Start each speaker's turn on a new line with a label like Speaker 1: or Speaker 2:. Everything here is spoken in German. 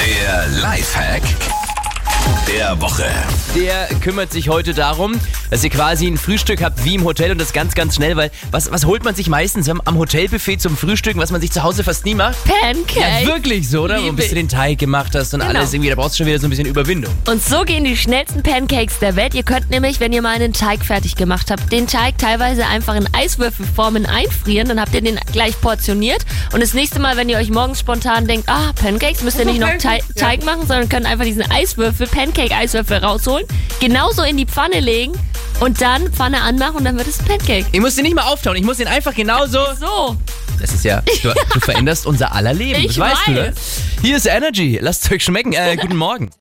Speaker 1: Der Lifehack der Woche.
Speaker 2: der kümmert sich heute darum, dass ihr quasi ein Frühstück habt wie im Hotel und das ganz, ganz schnell, weil was, was holt man sich meistens am am Hotelbuffet zum Frühstücken, was man sich zu Hause fast nie macht? Ja,
Speaker 3: Pancake.
Speaker 2: wirklich so, oder? Wo ein
Speaker 3: Liebe
Speaker 2: bisschen den Teig gemacht hast und
Speaker 3: Genau.
Speaker 2: alles irgendwie, da brauchst du schon wieder so ein bisschen Überwindung.
Speaker 3: und so gehen die schnellsten Pancakes der Welt. Ihr könnt nämlich, wenn ihr mal einen Teig fertig gemacht habt, den Teig teilweise einfach in Eiswürfelformen einfrieren. Dann habt ihr den gleich portioniert. Und das nächste Mal, wenn ihr euch morgens spontan denkt, ah, Pancakes, müsst ihr nicht noch Teig, Teig machen, sondern könnt einfach diesen Eiswürfel, Pancake-Eiswürfel rausholen, genauso in die Pfanne legen und dann Pfanne anmachen und dann wird es ein Pancake.
Speaker 2: Ich muss den nicht mal auftauen, ich muss den einfach genauso.
Speaker 3: So.
Speaker 2: Das ist ja, du, du veränderst unser aller Leben, das
Speaker 3: Ich
Speaker 2: weißt du, ne?
Speaker 3: weiß.
Speaker 2: Hier ist Energy, lasst euch schmecken. Äh, guten Morgen.